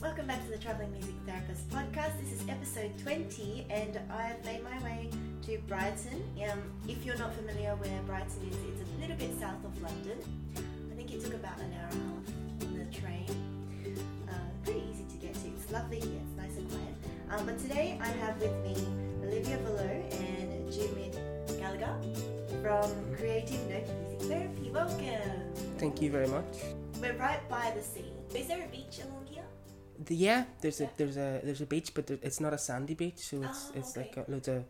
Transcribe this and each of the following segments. welcome back to the Traveling Music Therapist podcast. This is episode 20, and I've made my way to Brighton. Um, if you're not familiar where Brighton is, it's a little bit south of London. I think it took about an hour and a half on the train. Uh, pretty easy to get to. It's lovely here, it's nice and quiet. Um, but today I have with me Olivia Below and Jimmy Gallagher from Creative Note Music Therapy. Welcome! Thank you very much. We're right by the sea. Is there a beach along here? The, yeah, there's a there's a there's a beach, but there, it's not a sandy beach, so it's Oh, it's okay. like uh, loads of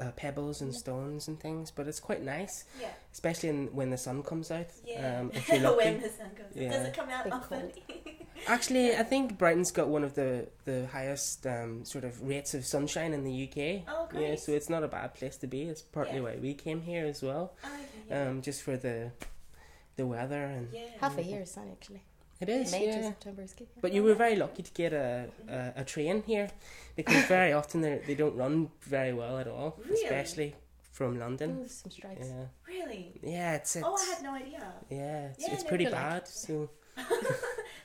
uh, pebbles and stones and things. But it's quite nice, Yeah. especially in, when the sun comes out. Yeah. Um, if you're lucky. when the sun comes up. Does Yeah. it come out Big often? Actually, I think Brighton's got one of the the highest um, sort of rates of sunshine in the UK. Oh, Yeah, great. so it's not a bad place to be. It's partly Yeah. why we came here as well, Oh, yeah. um, just for the the weather and yeah. Half a year is sun actually. it is. May to yeah. September is good. yeah. But you were very lucky to get a, a, a train here because very often they they don't run very well at all, Really? especially from London. Ooh, some strikes. Yeah, Really? yeah, it's, it's Oh, I had no idea. yeah, it's, Yeah, it's no, pretty they're bad. like- so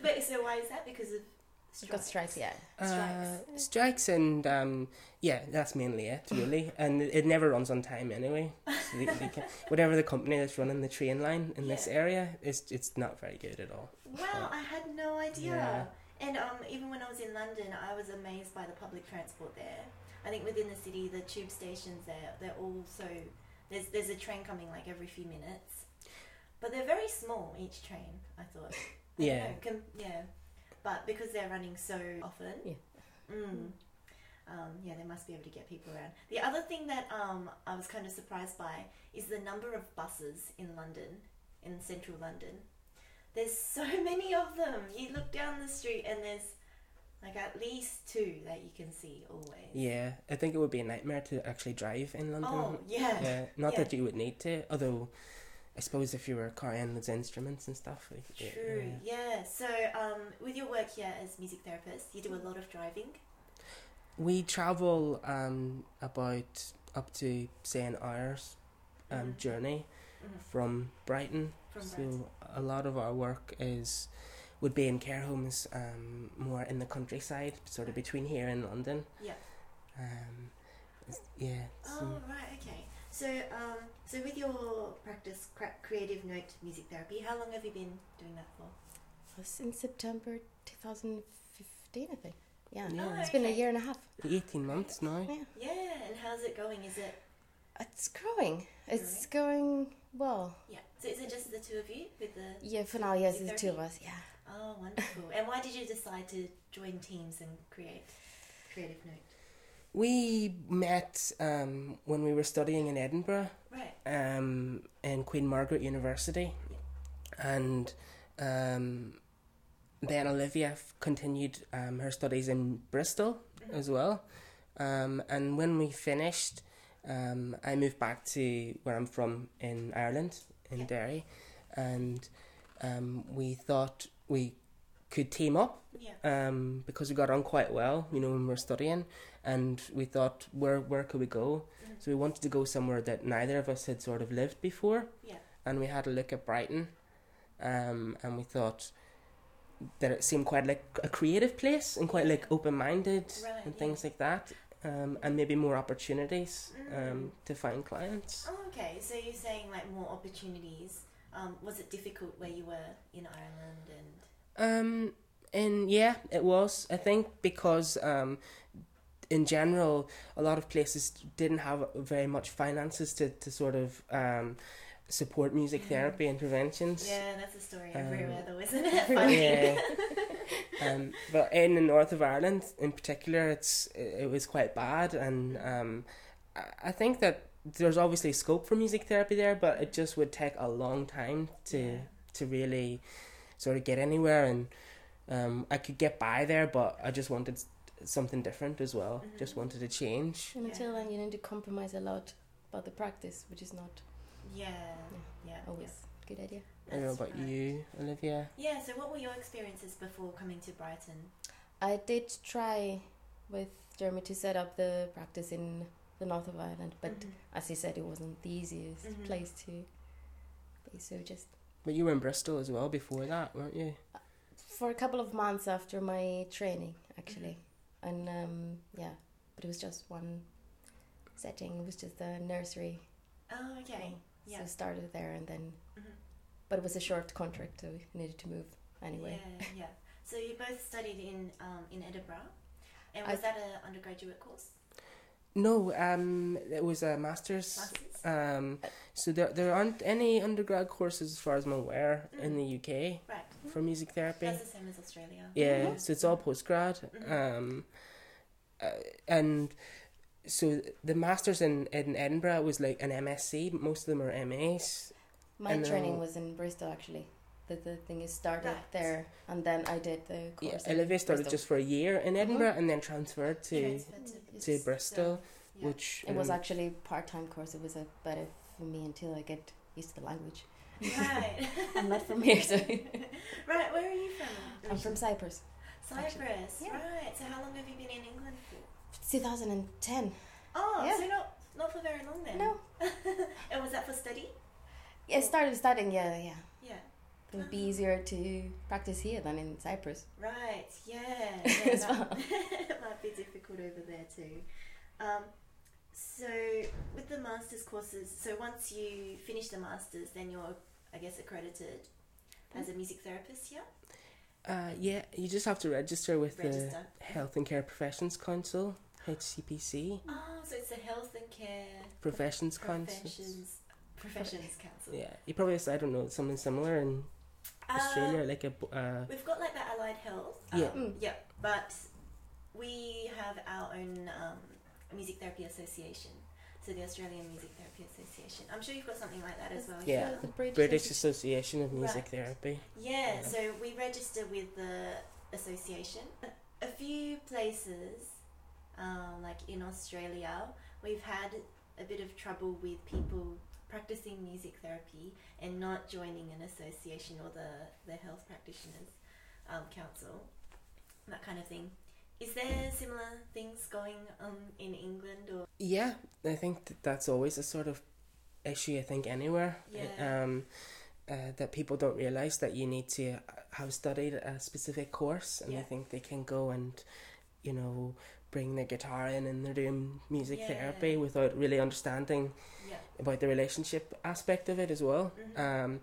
But so why is that? Because of We've got strikes, yeah. uh, Strikes. strikes and um, yeah, that's mainly it really, and it, it never runs on time anyway. So they, they can, whatever the company that's running the train line in this Yeah. area, it's it's not very good at all. Wow, I had no idea. Yeah. And um, even when I was in London, I was amazed by the public transport there. I think within the city, the tube stations there, they're all so. There's, there's a train coming like every few minutes. But they're very small, each train, I thought. I don't Yeah. know, com- yeah. But because they're running so often. Yeah. Mm, um, yeah, they must be able to get people around. The other thing that um, I was kind of surprised by is the number of buses in London, in central London. There's so many of them. You look down the street and there's like at least two that you can see always. Yeah, I think it would be a nightmare to actually drive in London. Oh, yeah. Yeah, not Yeah. that you would need to, although I suppose if you were carrying those instruments and stuff, like yeah, True, yeah. yeah. So, um, with your work here as music therapist, you do a lot of driving. we travel um about up to say an hour's um Mhm. journey Mhm. from Brighton. From so Brighton. a lot of our work is would be in care homes, um, more in the countryside, sort of between here and London. Yeah. Um, it's- yeah. So, Oh right, okay. So, um, so with your practice, cra- creative note music therapy, how long have you been doing that for? Was in September 2015, I think. Yeah. Yeah. Oh, It's been a okay. year and a half. eighteen months now. Yeah, and how's it going? Is it It's growing. It's going well. yeah? So is it just the two of you with the? Yeah, for now, yes, Is it's the there two of any- us, yeah. Oh, wonderful! and why did you decide to join teams and create creative note? We met um, when we were studying in Edinburgh. Right. um, in Queen Margaret University, and um, then Olivia f- continued um, her studies in Bristol as well. Um, and when we finished, um, I moved back to where I'm from in Ireland, in Yeah. Derry, and um, we thought we could team up Yeah. um, because we got on quite well, you know, when we were studying, and we thought where where could we go? Mm-hmm. So we wanted to go somewhere that neither of us had sort of lived before. Yeah. And we had a look at Brighton, um, and we thought that it seemed quite like a creative place and quite like open minded Right, and yeah. things like that, um, and maybe more opportunities Mm-hmm. um, to find clients. Oh, okay. So you're saying like more opportunities. Um, was it difficult where you were in Ireland and? Um, and yeah, it was. I think because um, in general, a lot of places didn't have very much finances to, to sort of um, support music therapy interventions. Yeah, that's a story Um, everywhere though, isn't it? Yeah. um, but in the north of Ireland, in particular, it's it was quite bad, and um, I- I think that there's obviously scope for music therapy there, but it just would take a long time to Yeah. to really sort of get anywhere. And um, I could get by there, but I just wanted s- something different as well. Just wanted to change. And until Yeah. then, you need to compromise a lot about the practice, which is not Yeah. Yeah. always a good idea. I don't know That's about right. you, Olivia. Yeah, so what were your experiences before coming to Brighton? I did try with Jeremy to set up the practice in the north of Ireland, but Mhm. as he said, it wasn't the easiest Mhm. place to be. So just But you were in Bristol as well before that, weren't you? for a couple of months after my training, actually. And um, yeah, but it was just one setting. It was just a nursery. Oh, okay. thing. yeah. So started there and then, Mhm. but it was a short contract, so we needed to move anyway. Yeah, yeah. So you both studied in um, in Edinburgh, and I- was that an undergraduate course? No, um, it was a master's. Masters? Um, so there there aren't any undergrad courses, as far as I'm aware, in the UK Right. for music therapy. That's the same as Australia. Mm-hmm. Yeah, so it's all postgrad. Um, uh, and so the masters in, in Edinburgh was like an MSc. but Most of them are MAs. My And uh, then training I'll- was in Bristol actually. The, the thing is started Right. there and then I did the Yeah, course. in Olivia started Bristol. just for a year in Edinburgh and then transferred to Transferred to to It's- Bristol, yeah. which It was um, actually part time course. It was a better for me until I get used to the language. Right. I'm not from here, so right. Where are you from? I'm from Cyprus. Cyprus. Yeah. Right. So how long have you been in England for? 2010. Oh, Yeah. so not not for very long then. No, and was that for study? yeah, I started studying. Yeah, yeah. Yeah. It would be easier to practice here than in Cyprus. Right, yeah. yeah As that might be difficult over there too. Um, so, with the master's courses, so once you finish the master's, then you're, I guess, accredited as a music therapist, yeah? uh, yeah, you just have to register with Register. the Health and Care Professions Council, HCPC, Oh, so it's the Health and Care Professions Council. Professions, Professions Council. Yeah, you probably I don't know something similar in Uh, Australia, like a bo- uh, We've got like the allied health. Yeah. Um, Mm. Yeah, but we have our own um, music therapy association. So the Australian Music Therapy Association. I'm sure you've got something like that as well. Yeah. The British Association of Music Right. Therapy. Yeah, so we register with the association. A few places, um, like in Australia, we've had a bit of trouble with people practicing music therapy and not joining an association or the, the health practitioners um, council, that kind of thing. Is there similar things going on in England or Yeah, I think that that's always a sort of issue. I think anywhere, Yeah. um, uh, that people don't realize that you need to have studied a specific course, and Yeah. I think they can go and, you know, bring their guitar in and they're doing music Yeah. therapy without really understanding yeah, mm-hmm, about the relationship aspect of it as well. Um,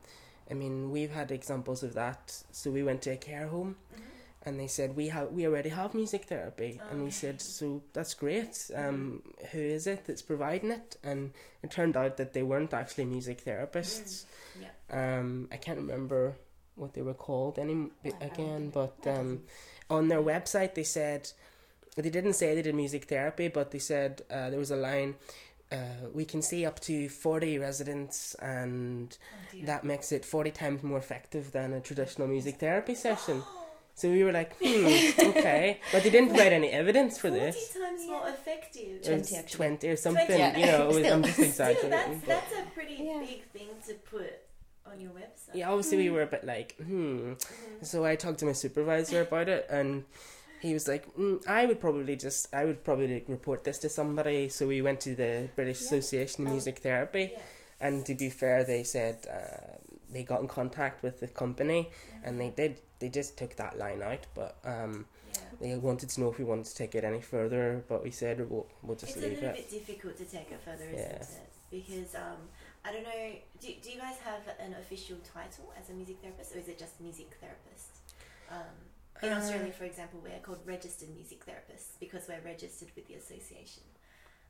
I mean, we've had examples of that. So we went to a care home, mm-hmm. and they said we have we already have music therapy, and we Oh. said so that's great. Um, Mm. who is it that's providing it? And it turned out that they weren't actually music therapists. Mm, Um, I can't remember what they were called any I again, don't but That um, on their website they said they didn't say they did music therapy, but they said uh, there was a line. Uh, we can see up to 40 residents, and dear. that makes it 40 times more effective than a traditional music therapy session. so we were like, hmm, okay. But they didn't provide any evidence for 40 this. times more effective? It was 20 actually. 20 or something, Yeah. you know, it was, I'm just Still. Still, exaggerating. that's, but- that's a pretty Yeah. big thing to put on your website. Mm-hmm. Yeah, obviously we were a bit like, hmm. So I talked to my supervisor about it, and he was like, mm, I would probably just, I would probably like, report this to somebody. So we went to the British Association Oh. of Music Therapy, Yeah. and to be fair, they said uh, they got in contact with the company, and they did. They just took that line out, but um, Yeah. they wanted to know if we wanted to take it any further. But we said we'll, we'll just It's a leave little it. bit difficult to take it further, Yeah. isn't it? Because um, I don't know, do, do you guys have an official title as a music therapist, or is it just music therapist? Um, in Uh, Australia, for example, we're called registered music therapists because we're registered with the association.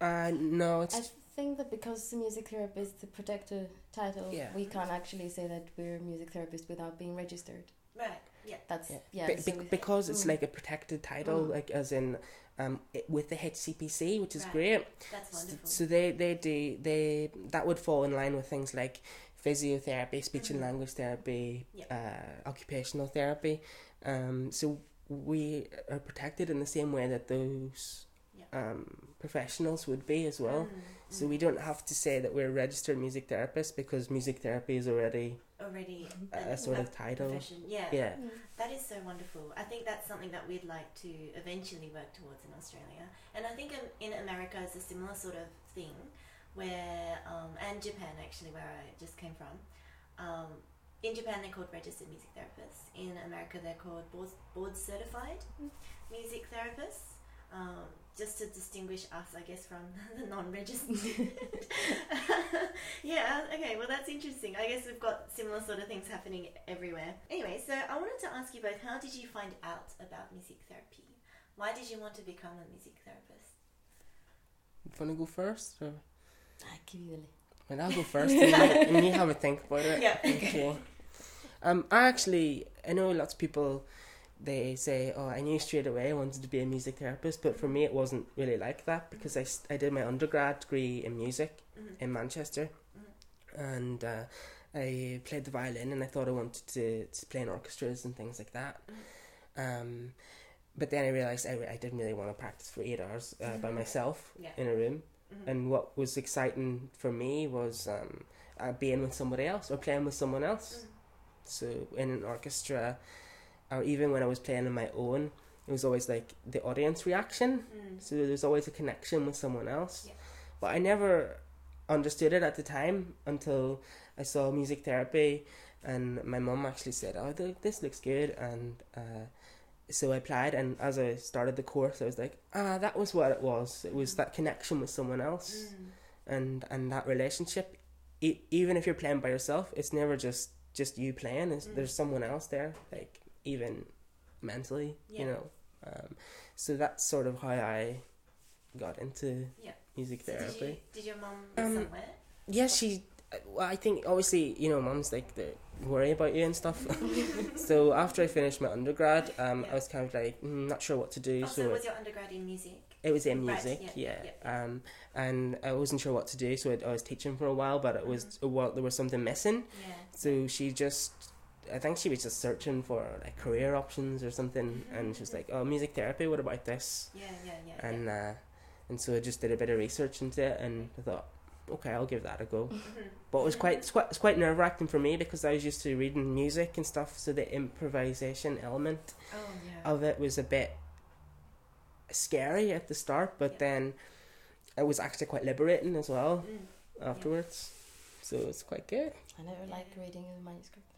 Uh, no, I it's think that because the music therapist is the protected title, Yeah. we can't actually say that we're music therapist without being registered. Right, yeah. That's Yeah. yeah. Be- so be- we- because it's Mm. like a protected title, Mm. like as in um, it, with the HCPC, which is Right. great. That's S- wonderful. So they they do they that would fall in line with things like physiotherapy, speech Mm. and language therapy, uh, occupational therapy. Um, so we are protected in the same way that those Yeah. um, professionals would be as well. Mm, So we don't have to say that we're registered music therapists because music therapy is already Already Mm-hmm. a, a sort of title. profession. Yeah. Yeah. That is so wonderful. I think that's something that we'd like to eventually work towards in Australia. And I think in- in America it's a similar sort of thing where, um, and Japan actually, where I just came from. Um, in Japan, they're called registered music therapists. In America, they're called board, board certified music therapists, um, just to distinguish us, I guess, from the non registered. yeah, okay, well, that's interesting. I guess we've got similar sort of things happening everywhere. Anyway, so I wanted to ask you both how did you find out about music therapy? Why did you want to become a music therapist? Want to go first? Or? I give you the li- Well, I'll go first and, you, and you have a think about it. Yeah, okay. Okay. Um, I actually, I know lots of people, they say, oh, I knew straight away I wanted to be a music therapist, but for me it wasn't really like that because I, s- I did my undergrad degree in music Mhm. in Manchester and uh, I played the violin and I thought I wanted to, to play in orchestras and things like that. Um, but then I realised I, re- I didn't really want to practice for eight hours uh, by myself Yeah. in a room. Mhm. And what was exciting for me was um, uh, being with somebody else or playing with someone else. So in an orchestra, or even when I was playing on my own, it was always like the audience reaction. Mm. So there's always a connection with someone else. Yeah. But I never understood it at the time until I saw music therapy, and my mum actually said, "Oh, th- this looks good," and uh, so I applied. And as I started the course, I was like, "Ah, that was what it was. It was that connection with someone else, Mm. and and that relationship. E- even if you're playing by yourself, it's never just just you playing. It's, Mm. There's someone else there, like even mentally, Yeah. you know." Um, so that's sort of how I got into Yeah. music So therapy. did, you, did your mum Um, somewhere? Yeah, she. uh, Well, I think obviously you know, mum's like they worry about you and stuff. so after I finished my undergrad, um, I was kind of like mm, not sure what to do. Oh, so so was your undergrad in music? it was in Right, music, yeah, yeah, Um, and I wasn't sure what to do, so I, I was teaching for a while, but it was well, there was something missing. Yeah. So she just, I think she was just searching for like career options or something, and she was like, "Oh, music therapy. What about this?" Yeah, yeah, yeah. yeah. and uh, and so I just did a bit of research into it, and I thought, okay, I'll give that a go. Mhm. But it was quite it's quite, it's quite nerve wracking for me because I was used to reading music and stuff, so the improvisation element Oh, yeah. of it was a bit scary at the start, but Yeah. then it was actually quite liberating as well Mm. afterwards. So it's quite good. I never like reading a manuscript.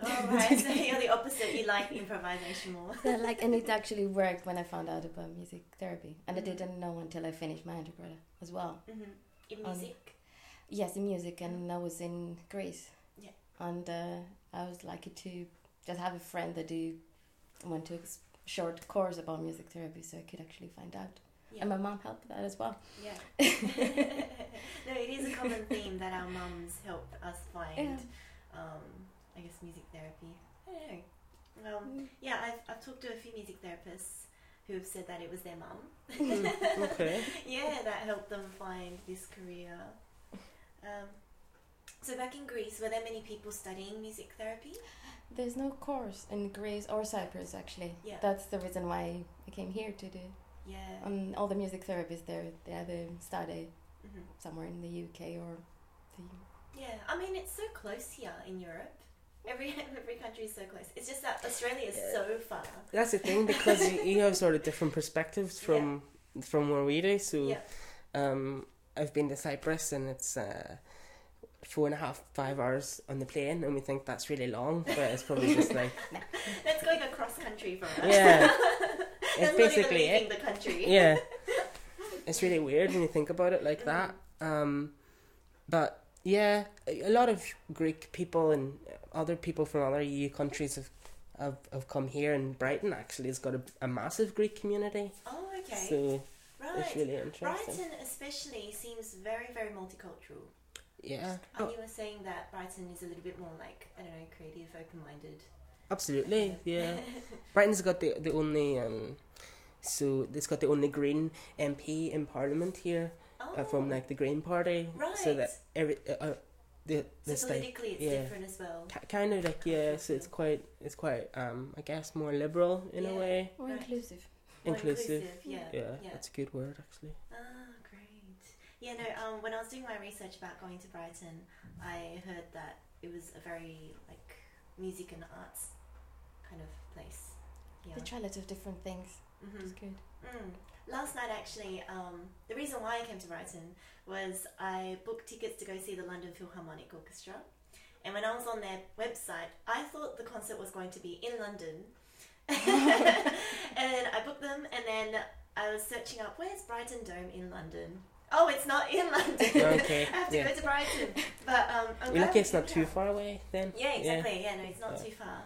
Oh, right. So you're the opposite. You like improvisation more. But, like, and it actually worked when I found out about music therapy, and I didn't know until I finished my undergrad as well. hmm In Um, music. Yes, in music, and I was in Greece. Yeah. And uh, I was lucky to just have a friend that do went to a s- short course about music therapy, so I could actually find out. Yeah. And my mom helped with that as well. yeah. no, it is a common theme that our mums help us find. Um, I guess music therapy. I don't know. Um, yeah, I've, I've talked to a few music therapists who have said that it was their mum. Okay. yeah, that helped them find this career. Um, so back in Greece, were there many people studying music therapy? There's no course in Greece or Cyprus actually. Yeah. That's the reason why I came here to do. Yeah. And all the music therapists there, they either study hmm somewhere in the UK or the Yeah, I mean it's so close here in Europe. Every every country is so close. It's just that Australia is so far. That's the thing because you, you have sort of different perspectives from from where we do. So Yeah. um, I've been to Cyprus and it's uh, four and a half five hours on the plane, and we think that's really long, but it's probably just like That's going across country from us. yeah, That's it's basically not even leaving it. the country. Yeah, it's really weird when you think about it like that. Um, but yeah, a a lot of Greek people and other people from other EU countries have. Have, have come here and Brighton actually has got a, a massive Greek community, Oh, okay. so it's right. really interesting. Brighton especially seems very very multicultural. Yeah, Oh, And you were saying that Brighton is a little bit more like I don't know, creative, open-minded. Absolutely, yeah. Brighton's got the the only um, so it's got the only Green MP in Parliament here Oh, uh, from like the Green Party. So Right. that every uh, uh, the so the state politically it's yeah. different as well. ki kind of like yeah. So it's quite it's quite um I guess more liberal in a Yeah. way. Or Right. inclusive. More Inclusive. Yeah. Yeah, that's a good word actually. Ah, great. Yeah, no, um, when I was doing my research about going to Brighton, I heard that it was a very, like, music and arts kind of place. Yeah. They try lots of different things. hmm It's good. Mm. Last night, actually, um, the reason why I came to Brighton was I booked tickets to go see the London Philharmonic Orchestra, And when I was on their website, I thought the concert was going to be in London. and then I booked them, and then I was searching up where's Brighton Dome in London. Oh, it's not in London. Okay, I have to yeah. go to Brighton. But um, I'm We're glad lucky we it's not figured too out. far away then. Yeah, exactly. Yeah, no, it's not Yeah. too far.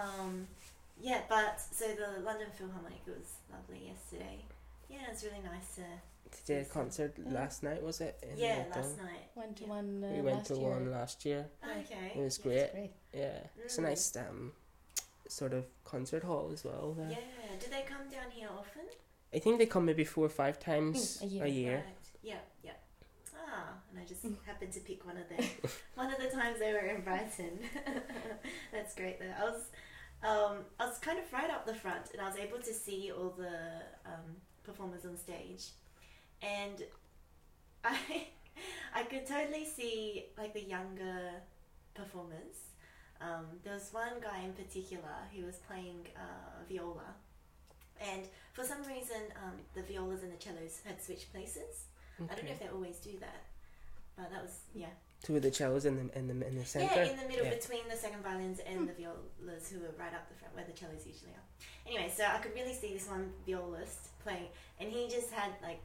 Um, yeah, but so the London Philharmonic was lovely yesterday. Yeah, it was really nice to. Did you a concert last night, was it? In yeah, the last dome? night. Went to Yeah. one uh, We went last to year. one last year. Oh, okay. It was Yeah. great. It's great. Yeah. It's a Mm. nice um, sort of concert hall as well. there. Yeah. Do they come down here often? I think they come maybe four or five times Mm, a year. A year. Right. Yeah, yeah. Ah, and I just happened to pick one of them. one of the times they were in Brighton. That's great though. I was, um, I was kind of right up the front, and I was able to see all the um, performers on stage, and I, I could totally see like the younger performers. Um, there was one guy in particular who was playing uh, viola, and for some reason, um, the violas and the cellos had switched places. I don't know if they always do that, but that was yeah, Two of the cellos in the in the in the center. yeah, in the middle Yeah. between the second violins and the violas, who were right up the front where the cellos usually are. Anyway, so I could really see this one violist playing, and he just had like.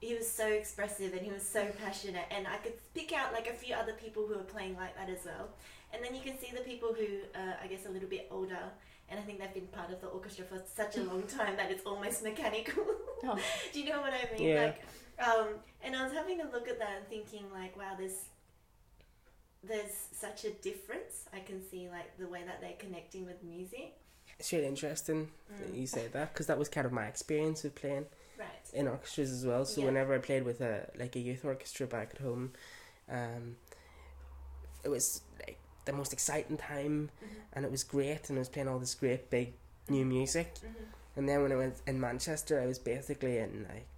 He was so expressive and he was so passionate, and I could pick out like a few other people who were playing like that as well. And then you can see the people who, uh, I guess, a little bit older, and I think they've been part of the orchestra for such a long time that it's almost mechanical. Oh. Do you know what I mean? Yeah. Like, um, and I was having a look at that and thinking, like, wow, there's there's such a difference. I can see like the way that they're connecting with music. It's really interesting that Mm. you say that because that was kind of my experience with playing Right. in orchestras as well. So Yeah. whenever I played with a like a youth orchestra back at home, um, it was like the most exciting time, Mm-hmm. and it was great, and I was playing all this great big new music. And then when I went in Manchester, I was basically in like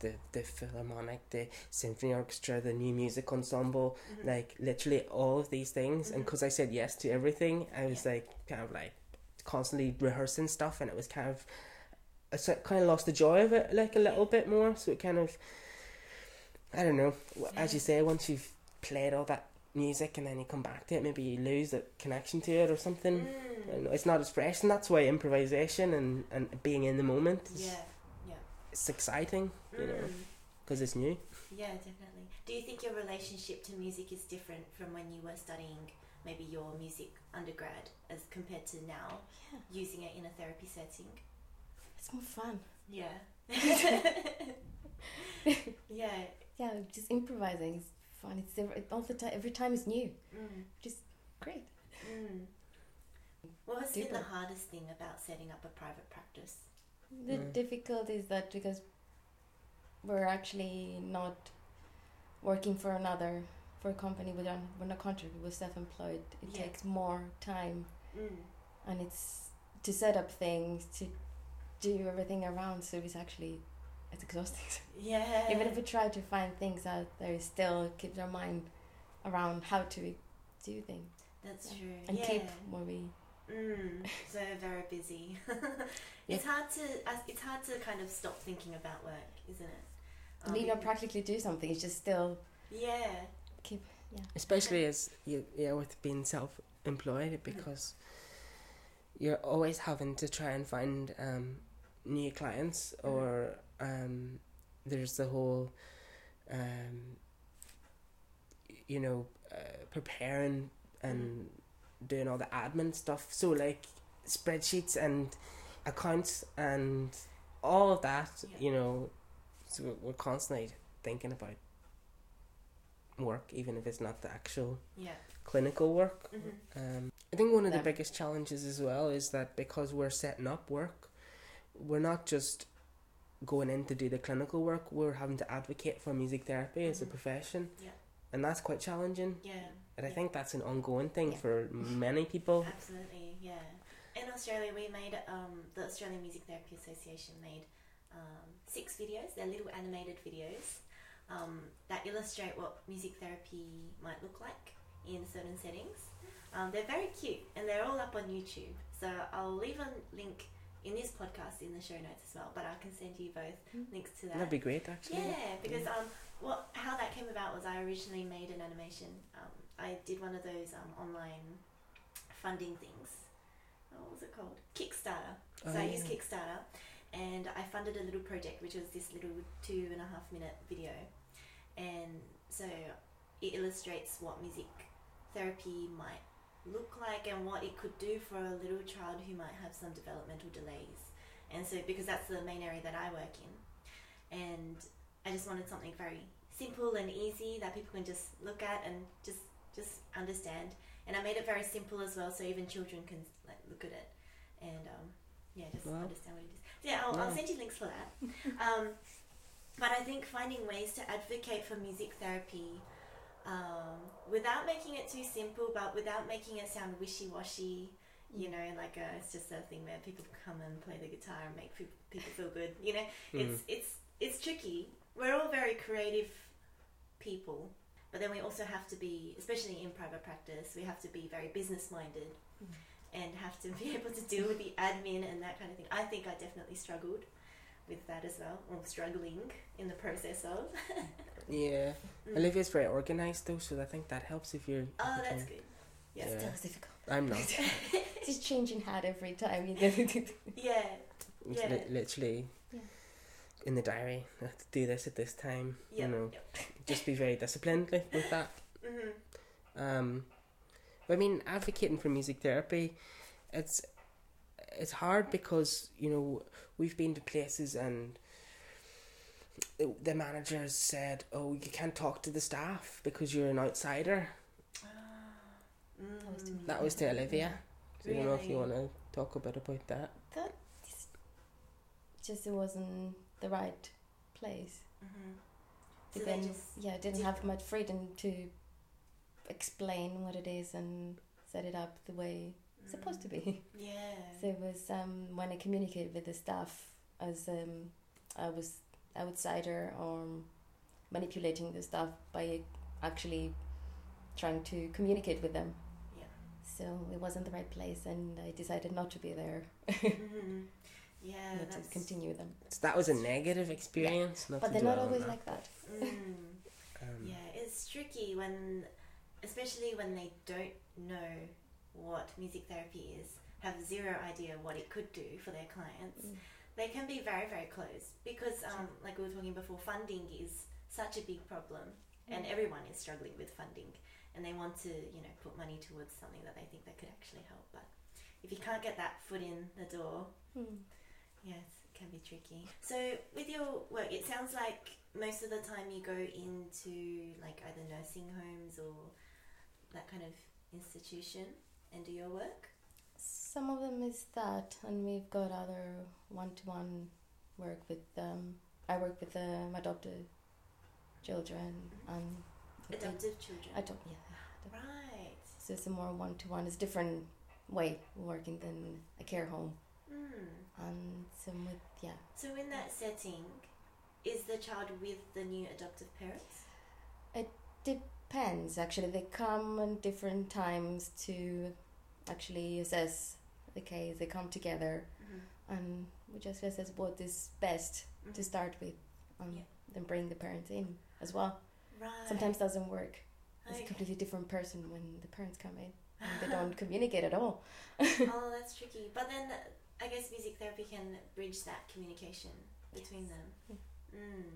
the the Philharmonic, the Symphony Orchestra, the New Music Ensemble, Mm-hmm. like literally all of these things. And 'cause And because I said yes to everything, I was like kind of like constantly rehearsing stuff, and it was kind of I kind of lost the joy of it like a little bit more. So it kind of I don't know. W- As you say, once you've played all that music and then you come back to it, maybe you lose the connection to it or something. Mm. I don't know, it's not as fresh, and that's why improvisation and, and being in the moment is Yeah. it's exciting, you know, Mm. because it's new. Yeah, definitely. Do you think your relationship to music is different from when you were studying maybe your music undergrad as compared to now Yeah. using it in a therapy setting? It's more fun. Yeah. yeah. Yeah, just improvising is fun. It's every, all the time. Every time is new. Mm. Great. Mm. What has been Deeper. the hardest thing about setting up a private practice? The Mm. difficulty is that because we're actually not working for another for a company, we don't we're not contracted, we're self-employed. It Yeah. takes more time, Mm. and it's to set up things to do everything around. So it's actually it's exhausting. Yeah. Even if we try to find things out there, it still keeps our mind around how to do things That's Yeah. true. and yeah. keep what we. Mm, so very busy. it's hard to I- it's hard to kind of stop thinking about work, isn't it? Um, I mean, you don't practically do something. It's just still Yeah. Especially as you yeah, with being self-employed, because you're always having to try and find um, new clients, Mhm. or um, there's the whole, um, you know, uh, preparing and doing all the admin stuff. So like spreadsheets and accounts and all of that, Yeah. you know, so we're- we're constantly thinking about work, even if it's not the actual Yeah. clinical work. hmm Um, I think one of the That- biggest challenges as well is that because we're setting up work, we're not just going in to do the clinical work, we're having to advocate for music therapy as a Mhm. profession. Yeah. And that's quite challenging. Yeah. And I Yeah. think that's an ongoing thing Yeah. for many people. Absolutely, yeah. In Australia, we made um, the Australian Music Therapy Association made um, six videos. They're little animated videos um, that illustrate what music therapy might look like in certain settings. Um, they're very cute, and they're all up on YouTube. So I'll leave a link in this podcast in the show notes as well. But I can send you both Mm. links to that. That'd be great, actually. Yeah, because um, what how that came about was I originally made an animation um, I did one of those um, online funding things. Oh, what was it called? Kickstarter. So Oh, I used yeah. Kickstarter and I funded a little project which was this little two and a half minute video. And so it illustrates what music therapy might look like and what it could do for a little child who might have some developmental delays. And so, because that's the main area that I work in. And I just wanted something very simple and easy that people can just look at and just just understand. And I made it very simple as well, so even children can like look at it and um, yeah, just Wow. understand what it is. So, yeah, I'll, I'll Yeah. send you links for that. um, but I think finding ways to advocate for music therapy um, without making it too simple, but without making it sound wishy-washy. You know, like a, it's just a thing where people come and play the guitar and make people, people feel good. You know, Hmm. it's it's it's tricky. We're all very creative people, but then we also have to be, especially in private practice, we have to be very business minded Hmm. and have to be able to deal with the admin and that kind of thing. I think I definitely struggled with that as well, or struggling in the process of. Yeah. Mm. Olivia's very organized though, so I think that helps if you're. Oh, if you that's can- good. It's Yes. still difficult. I'm not. It's changing hat every time you do Yeah. It's Yeah. li- literally Yeah. in the diary. I have to do this at this time. Yeah. You know, just be very disciplined like, with that. hmm Um, but I mean, advocating for music therapy, it's it's hard because you know we've been to places and the managers said, "Oh, you can't talk to the staff because you're an outsider." Ah. was to Mm. me. That was to Olivia. So I don't know if you want Really? to talk a bit about that. Just it wasn't the right place. Mhm. But So they then, just- yeah, I didn't did- have much freedom to explain what it is and set it up the way it's Mm. supposed to be. Yeah. So it was um, when I communicated with the staff as um, I was outsider or manipulating the staff by actually trying to communicate with them. Yeah. So it wasn't the right place, and I decided not to be there. Mhm. Yeah. not to That's, continue with them. So that was a negative experience. Not But to they're dwell not on always that. like that. Mm. Um, Yeah, it's tricky when, especially when they don't know what music therapy is, have zero idea what it could do for their clients. Mm. They can be very, very close because, um, like we were talking before, funding is such a big problem, and everyone is struggling with funding, and they want to, you know, put money towards something that they think that could actually help. But if you can't get that foot in the door, Mm. Yes, it can be tricky. So with your work, it sounds like most of the time you go into like either nursing homes or that kind of institution and do your work. Some of them is that, and we've got other one-to-one work with um I work with um, adopted children and with the- Adoptive children. Adopt, yeah. right. So it's a more one-to-one. It's a different way of working than a care home, Mm. and some with yeah. So in that setting, is the child with the new adoptive parents? Depends actually. They come at different times to actually assess the case. They come together, Mm-hmm. and we just assess what is best to start with, and Yeah. then bring the parents in as well. Right. Sometimes doesn't work. It's a Okay. completely different person when the parents come in. And they don't communicate at all. oh, that's tricky. But then I guess music therapy can bridge that communication between them. Mm.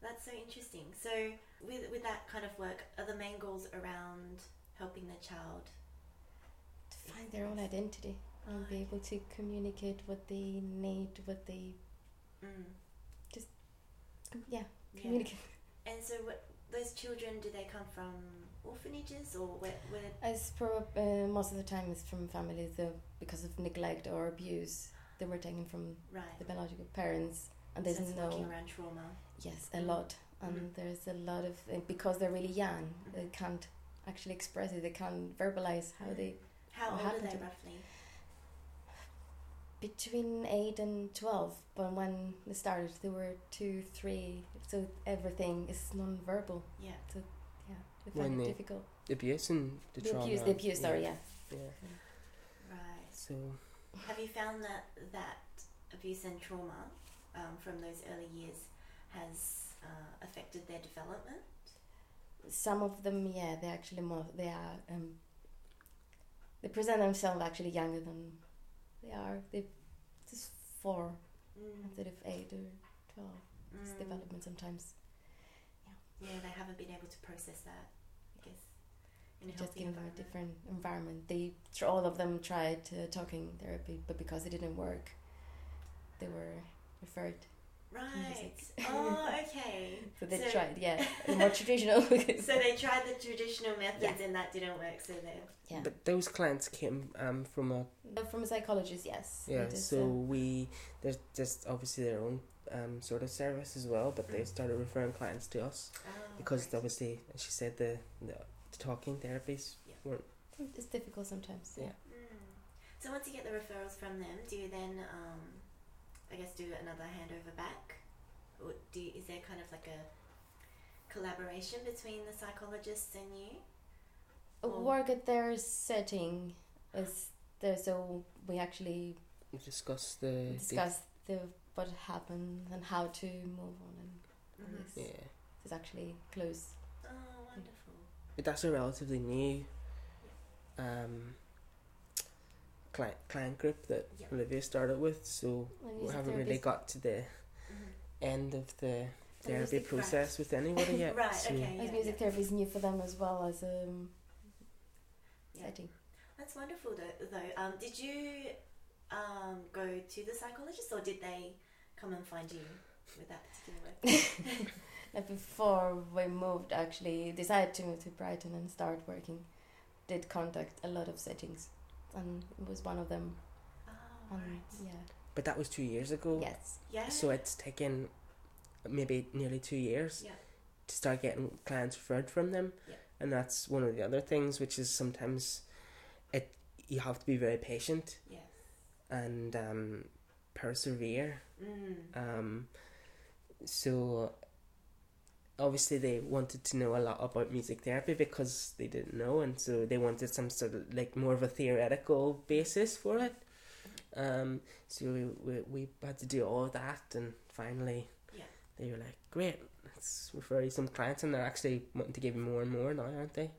That's so interesting. So with with that kind of work, are the main goals around helping the child? to find their own identity and be able to communicate what they need, what they Mm. com- yeah Yeah. communicate. And so what, those children, do they come from orphanages or where? where As pro- uh, most of the time, it's from families uh, because of neglect or abuse. They were taken from right. the biological parents, and there's so it's no working around trauma. yes a lot, and Mhm. there's a lot of and because they're really young, they can't actually express it. They can't verbalize how they How What old are happened they to them? roughly? between eight and twelve. But when they started, they were two, three. So everything is non-verbal. Yeah. Yeah, they find When it they- difficult. abuse and the, The trauma. abuse, the abuse. Sorry, yeah. Yeah. Right. So Have you found that that abuse and trauma um, from those early years has uh, affected their development? some of them, yeah, they actually more they are um, they present themselves actually younger than they are. They just four Mm, instead of eight or twelve. It's mm. development sometimes. Yeah, they haven't been able to process that, I guess. In a Just healthy give them environment. a different environment. They tr- all of them tried uh, talking therapy, but because it didn't work, they were referred. Right. music. Oh, okay. So they So- tried, yeah, the more traditional. so they tried the traditional methods and that didn't work, so they Yeah. But those clients came um, from a Uh, From a psychologist, yes. yeah. It is, so uh, we there's just obviously their own um, sort of service as well, but they started referring clients to us Mm. oh, because right. obviously, as she said, the the, the talking therapies Yeah. weren't. uh, it's difficult sometimes. Yeah. Yeah. Mm. So once you get the referrals from them, do you then, um, I guess, do another handover back? Or do you, is there kind of like a collaboration between the psychologists and you? Uh, Well- Work at their setting is there, so we actually We discussed the the- discuss the what happened and how to move on, and all this. yeah, it's actually close. Oh, wonderful. but that's a relatively new um, client client group that Yeah. Olivia started with, so And we music haven't therapy really is- got to the Mm-hmm. end of the There's therapy the crack. process with anybody yet. Right, so- okay. as yeah, music yeah. therapy is new for them as well as um, Yeah. setting. That's wonderful, though. though. Um, did you um, go to the psychologist or did they come and find you with that particular work? Like before we moved, actually decided to move to Brighton and start working. Did contact a lot of settings, and it was one of them. Oh, And right. yeah, But that was two years ago. yes, Yeah. So it's taken maybe nearly two years Yeah. to start getting clients referred from them. Yeah. And that's one of the other things, which is sometimes it you have to be very patient Yes. and um, persevere. Mm. Um, so obviously they wanted to know a lot about music therapy because they didn't know and so they wanted some sort of like more of a theoretical basis for it um so we we, we had to do all of that and finally Yeah. they were like great let's refer you some clients and they're actually wanting to give you more and more now aren't they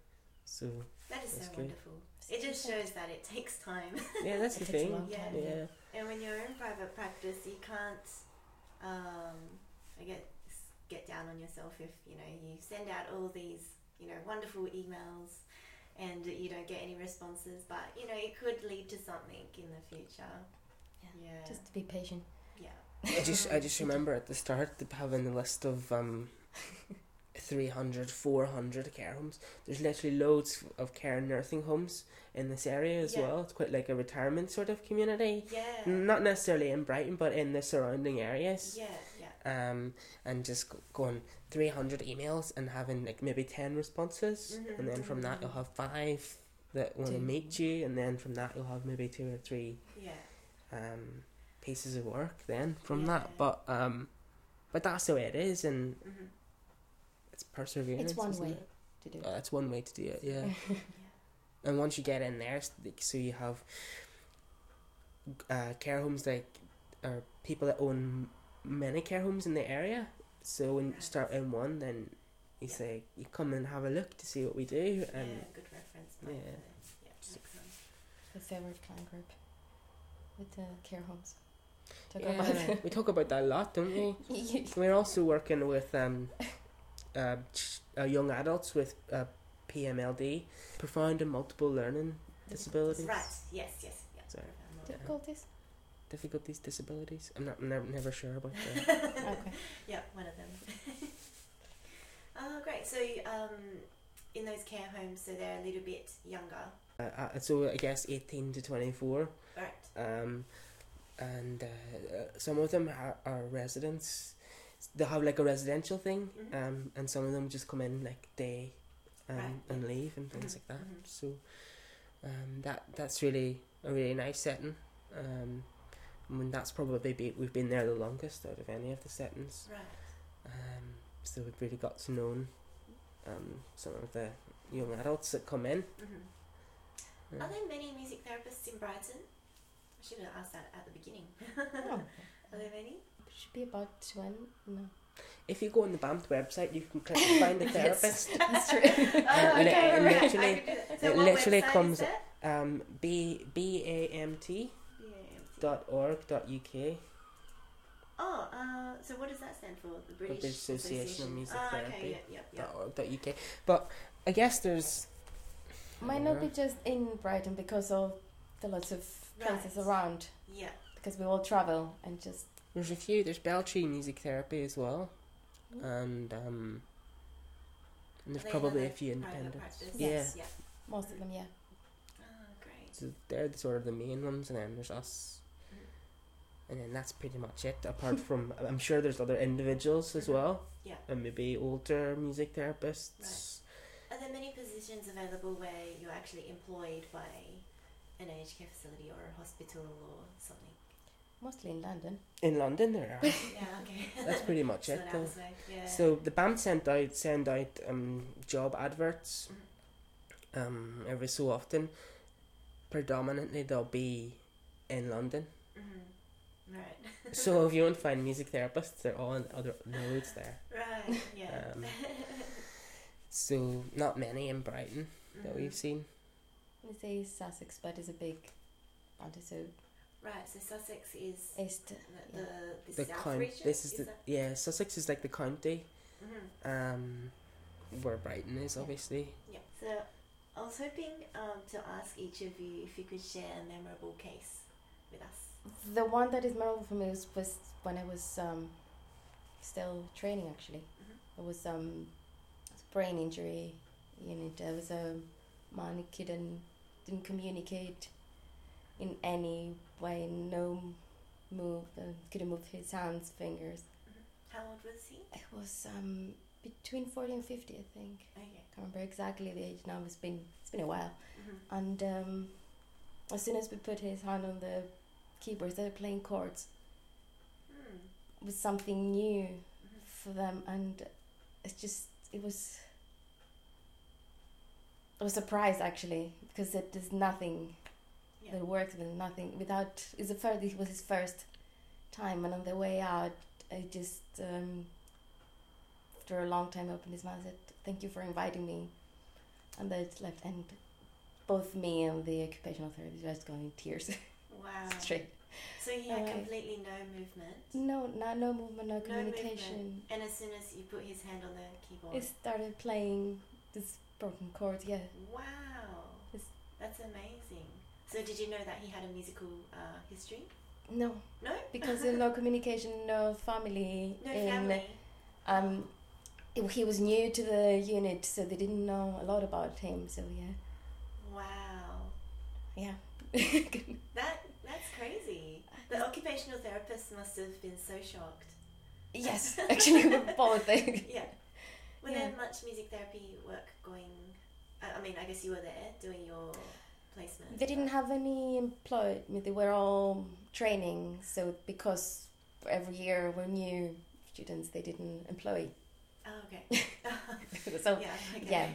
so That is That's so good. wonderful. It just shows that it takes time. yeah that's It the takes a thing long yeah. time. yeah. yeah. And when you're in private practice, you can't, um, I guess, get down on yourself if you know you send out all these, you know, wonderful emails, and you don't get any responses. But you know, it could lead to something in the future. Yeah, Yeah. Just to be patient. yeah. I just I just remember at the start the, having the list of um 300, 400 care homes. There's literally loads of care and nursing homes in this area as Yeah. well. It's quite like a retirement sort of community. Yeah. Not necessarily in Brighton, but in the surrounding areas. Yeah. Yeah. Um, and just go- going 300 emails and having like maybe 10 responses, Mhm. and then from that you'll have five that want to Two. meet you, and then from that you'll have maybe two or three Yeah. um, pieces of work then from that. Yeah. But um, but that's the way it is, and Mm-hmm. it's perseverance. It's one isn't way it? to do Uh, it. that's one way to do it. Yeah. and once you get in there, s- like, so you have uh, care homes like or people that own many care homes in the area. So when you Right. start in one, then you Yeah. say you come and have a look to see what we do, yeah. and Good reference. point yeah. for this. Yeah. Excellent. The favorite client group with the care homes. Talk yeah, about we talk about that a lot, don't we? yeah. We're also working with um, uh, ch- uh, young adults with uh, PMLD, profound and multiple learning disabilities, Right. Yes. Yes. Yeah. Sorry. Profound. difficulties. difficulties, disabilities. I'm not never, never sure about that. Okay. Yeah, one of them. oh, great. So, um, in those care homes, so they're a little bit younger. uh, uh, so I guess 18 to 24, Right. um, and uh, uh, some of them are, are residents. They have like a residential thing, Mhm. um, and some of them just come in like day, um, Right, and yeah. leave and things Mhm, like that. mhm. So, um, that that's really a really nice setting. Um, I mean, that's probably be, we've been there the longest out of any of the settings. Right. Um, so we've really got to know um, some of the young adults that come in. hmm Yeah. Are there many music therapists in Brighton? I should have asked that at the beginning. Oh. Are there many? Should be about 20. No. If you go on the BAMT website, you can click find a therapist. That's Oh, true. li- okay, it right, I literally- could do that. it what literally website is comes- that? Um, B B A M T BAMT. dot org dot UK. Oh, uh, so what does that stand for? The British British Association of Music Ah, Therapy. Okay, yeah, yeah, yeah. Dot org dot UK. But I guess there's Might not be just in Brighton because of the lots of places Right. around Yeah. because we all travel and just there's a few. There's Beltry Music Therapy as well, Mm. and um, and Mm-hmm. there's They probably a have few private independent. practice, Yeah. yes, Yeah. most of them, yeah. Oh, great. So they're the, sort of the main ones, and then there's us, Mm-hmm. and then that's pretty much it. Apart from, I'm sure there's other individuals as Mhm. well, Yeah. and maybe older music therapists. Are there many positions available where you're actually employed by an aged care facility or a hospital or something? Mostly in London. In London, there are. yeah, okay. that's pretty much so it. that Though. was like, yeah. So the BAM sent out send out um, job adverts um, every so often. Predominantly, they'll be in London. hmm Right. So if you want to find music therapists, they're all in other nodes there. Right. Yeah. Um, so not many in Brighton Mm-hmm. that we've seen. We say Sussex, but it's a big county, so Right. So Sussex is east. the, the, the, The south coun- region. This is, the that? yeah. Sussex is like the county, Mhm. um, where Brighton is Yeah. obviously. Yeah. So I was hoping um, to ask each of you if you could share a memorable case with us. The one that is memorable for me was, was when I was um, still training. Actually, Mm-hmm. it was um, brain injury unit. There was a man who couldn't didn't communicate in any way. No move. Uh, couldn't move his hands, fingers. How old was he? It was um, between forty and fifty, I think. Okay. can't remember exactly the age now. It's been it's been a while. Mhm. And um, as soon as we put his hand on the keyboard, he started playing chords. Hmm. It was something new for them, and it's just it was. I was surprised actually because it is nothing Yeah. that works with nothing without. It's the first. It was his first time, and on the way out, I just um, after a long time opened his mouth and said, "Thank you for inviting me," and then it left. And both me and the occupational therapist were just going in tears Wow. straight. So he had Alright. Mm. completely no movement, No, no, no movement, no No communication. and as soon as you put his hand on the keyboard, It started playing this broken chord. Yeah, wow, It's- that's amazing. So did you know that he had a musical uh, history? no, No, because there's no communication, no family. no in- family. Um, it- he was new to the unit, so they didn't know a lot about him. So yeah, Wow, yeah. that that's crazy. The occupational therapist must have been so shocked. yes, actually, we were both. Like, Yeah. Were Yeah. there much music therapy work going? I I mean, I guess you were there doing your placement. they didn't have any employed. I mean, They were all training. So because every year we're new students, they didn't employ. Oh, okay. so yeah. Okay. Yeah.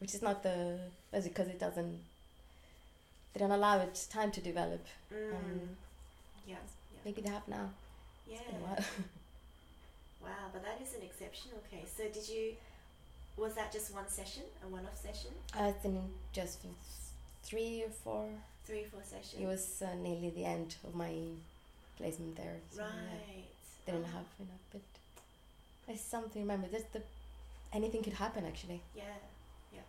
which is not the that's because it doesn't they don't allow it time to develop Mm. um, yeah. Yeah. maybe they have now Yeah. It's been a while. Wow, but that is an exceptional case. So did you? Was that just one session, a one-off session, i think just for three or four three, four sessions? it was uh, nearly the end of my placement there so right. Uh-huh. yeah, they didn't have enough but i something remember that the anything could happen actually Yeah. Yeah.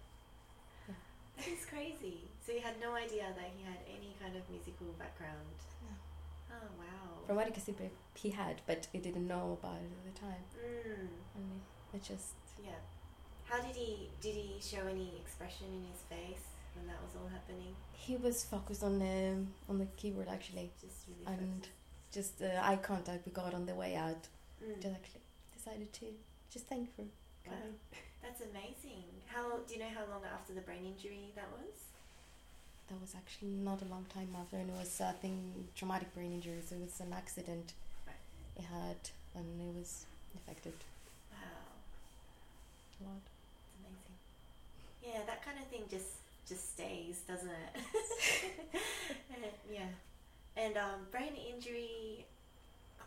Yeah. That is crazy. So you had no idea that he had any kind of musical background. No. Oh wow. from what i can see but he had but he didn't know about it at the time Mm, and it just yeah. How did he? Did he show any expression in his face when that was all happening? he was focused on um, on the keyboard actually Just really. and just the eye contact we got on the way out focused? Mm, just actually decided to just thank for wow. coming. That's amazing. How do you know how long after the brain injury that was? That was actually not a long time after, and it was uh, I think traumatic brain injury. So it was an accident Right. he had, and it was affected Wow. a lot. Amazing. Yeah, that kind of thing just just stays, doesn't it? yeah. And um, brain injury.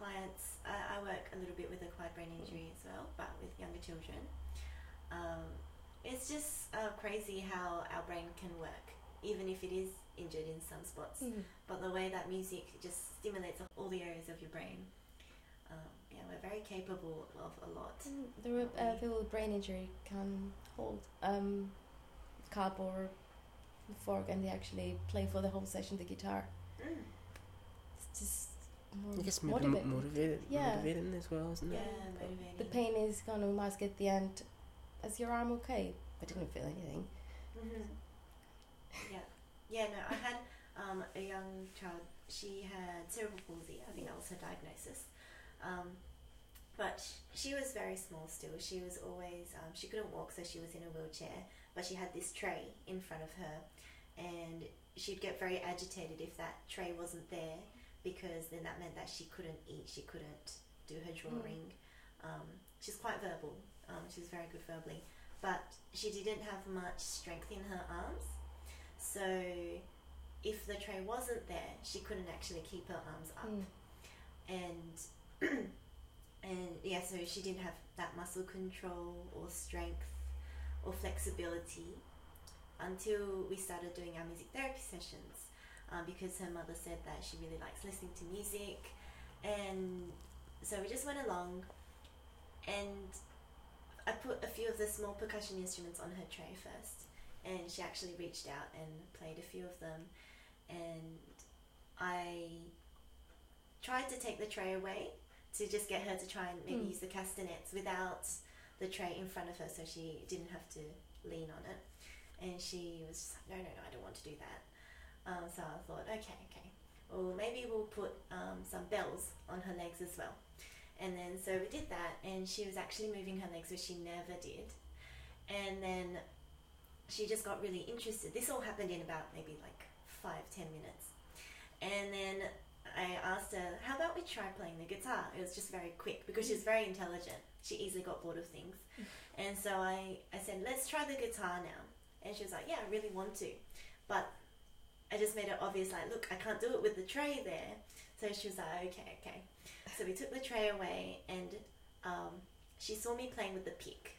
clients. I, I work a little bit with acquired brain injury as well, but with younger children. Um, it's just uh, crazy how our brain can work, even if it is injured in some spots. Mm. But the way that music just stimulates all the areas of your brain. Um, yeah, we're very capable of a lot. The re- uh, people with brain injury can hold um, cup or fork and they actually play for the whole session the guitar. Mm. It's just I more guess maybe motivated, motivating. motivated, Yeah. motivating as well, isn't Yeah, it? motivating. The pain is gonna mask at the end. Is your arm okay? I didn't feel anything. Mhm. yeah, yeah. No, I had um, a young child. She had cerebral palsy. I think that was her diagnosis. Um, but sh- she was very small still. She was always um, she couldn't walk, so she was in a wheelchair. But she had this tray in front of her, and she'd get very agitated if that tray wasn't there, because then that meant that she couldn't eat. She couldn't do her drawing. Um, she's quite verbal. Um, she's very good verbally, but she didn't have much strength in her arms. So if the tray wasn't there, she couldn't actually keep her arms up. Mm. And and yeah, so she didn't have that muscle control or strength or flexibility until we started doing our music therapy sessions. Um, because her mother said that she really likes listening to music, and so we just went along, and I put a few of the small percussion instruments on her tray first, and she actually reached out and played a few of them. And I tried to take the tray away to just get her to try and maybe Mm. use the castanets without the tray in front of her so she didn't have to lean on it. And she was just like, no, no, no, I don't want to do that. Um, so I thought, okay, okay. Well, maybe we'll put um, some bells on her legs as well. And then so we did that, and she was actually moving her legs, which she never did. And then she just got really interested. This all happened in about maybe like five, ten minutes. And then I asked her, How about we try playing the guitar? It was just very quick because she's very intelligent. She easily got bored of things. And so I, I said, Let's try the guitar now. And she was like, Yeah, I really want to. But I just made it obvious, like, Look, I can't do it with the tray there. So she was like, Okay, okay. So we took the tray away and um, she saw me playing with the pick.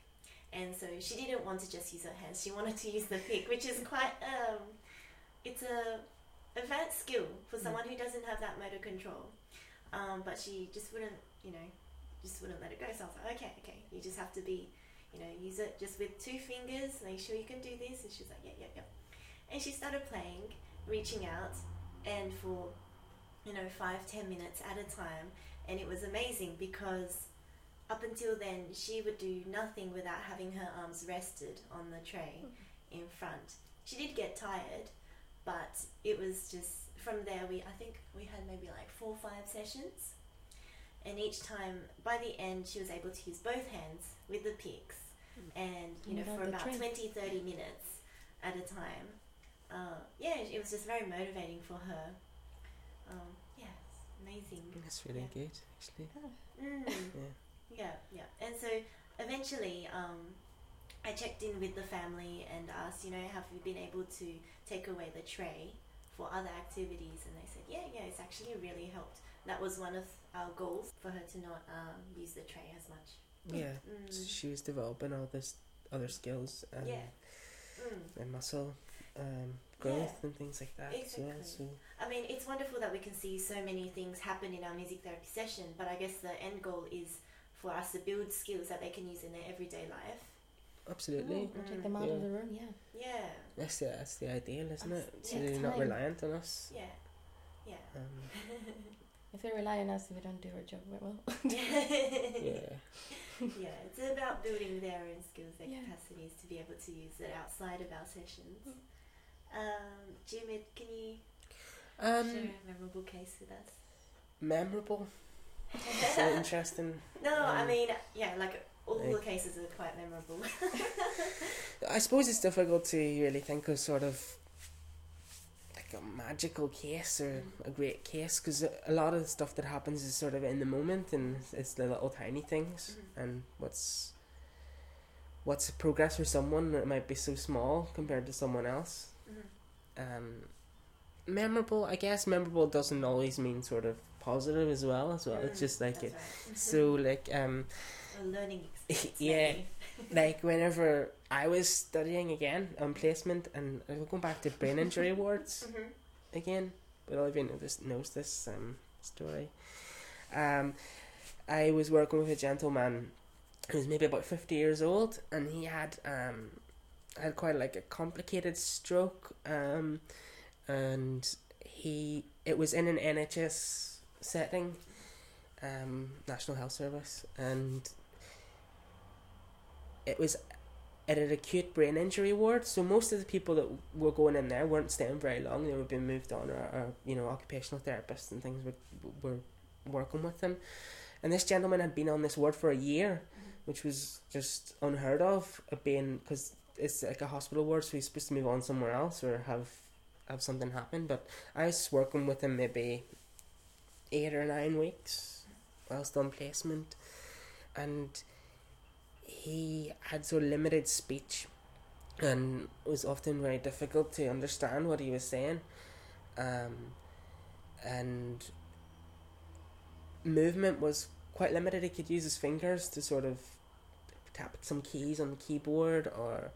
And so she didn't want to just use her hands, she wanted to use the pick, which is quite, um, it's a advanced skill for someone who doesn't have that motor control. Um, but she just wouldn't, you know, just wouldn't let it go. So I was like, okay, okay, you just have to be, you know, use it just with two fingers. Make sure you can do this. And she was like, yeah, yeah, yeah. And she started playing, reaching out, and for, you know, five, ten minutes at a time. And it was amazing because up until then, she would do nothing without having her arms rested on the tray in front. She did get tired, but it was just from there we i think we had maybe like four or five sessions and each time by the end she was able to use both hands with the picks and you know Without for the about drink. 20 30 minutes at a time uh, yeah it was just very motivating for her um, yeah it's amazing That's really Yeah. good, actually. mm. Yeah. Yeah, yeah. And so eventually, um, I checked in with the family and asked, you know, have we been able to take away the tray for other activities? And they said, yeah, yeah, it's actually really helped. That was one of our goals for her to not um, use the tray as much. Yeah. So Mm. she was developing all this other skills and, Yeah. Mm. and muscle um, growth Yeah. and things like that as well. Exactly. So I mean, it's wonderful that we can see so many things happen in our music therapy session, but I guess the end goal is for us to build skills that they can use in their everyday life. absolutely. Mm, Take them out of Yeah. the room, yeah. Yeah, That's the that's the ideal, isn't That's- it? yeah, So it's they're not time. reliant on us. yeah, yeah. Um, If they rely on us, we don't do our job very well. yeah. yeah, it's about building their own skills and Yeah. capacities to be able to use it outside of our sessions. Um, Jimid, can you share Um, a memorable case with us? memorable. so interesting. no, I um, mean, yeah, like all the like- cases are quite memorable. I suppose it's difficult to really think of sort of like a magical case or a great case because a lot of the stuff that happens is sort of in the moment and it's the little tiny things and what's what's progress for someone that might be so small compared to someone else Mhm. um memorable i guess memorable doesn't always mean sort of positive as well. As well, it's Mm, just like that's it. right. So like um, a learning experience. Yeah. maybe. like whenever I was studying again on placement, and I was going back to brain injury wards. Mhm. again, but all of you know this knows this um, story. Um, I was working with a gentleman who was maybe about fifty years old, and he had um, had quite like a complicated stroke, um, and he it was in an NHS setting, um, National Health Service, and it was at an acute brain injury ward. So most of the people that were going in there weren't staying very long. They were being moved on, or, or you know, occupational therapists and things were were working with them. And this gentleman had been on this ward for a year, which was just unheard of. uh, Being because it's like a hospital ward, so he's supposed to move on somewhere else or have have something happen. But I was working with him maybe eight or nine weeks whilst on placement, and he had so limited speech and it was often very difficult to understand what he was saying um, and movement was quite limited he could use his fingers to sort of tap some keys on the keyboard or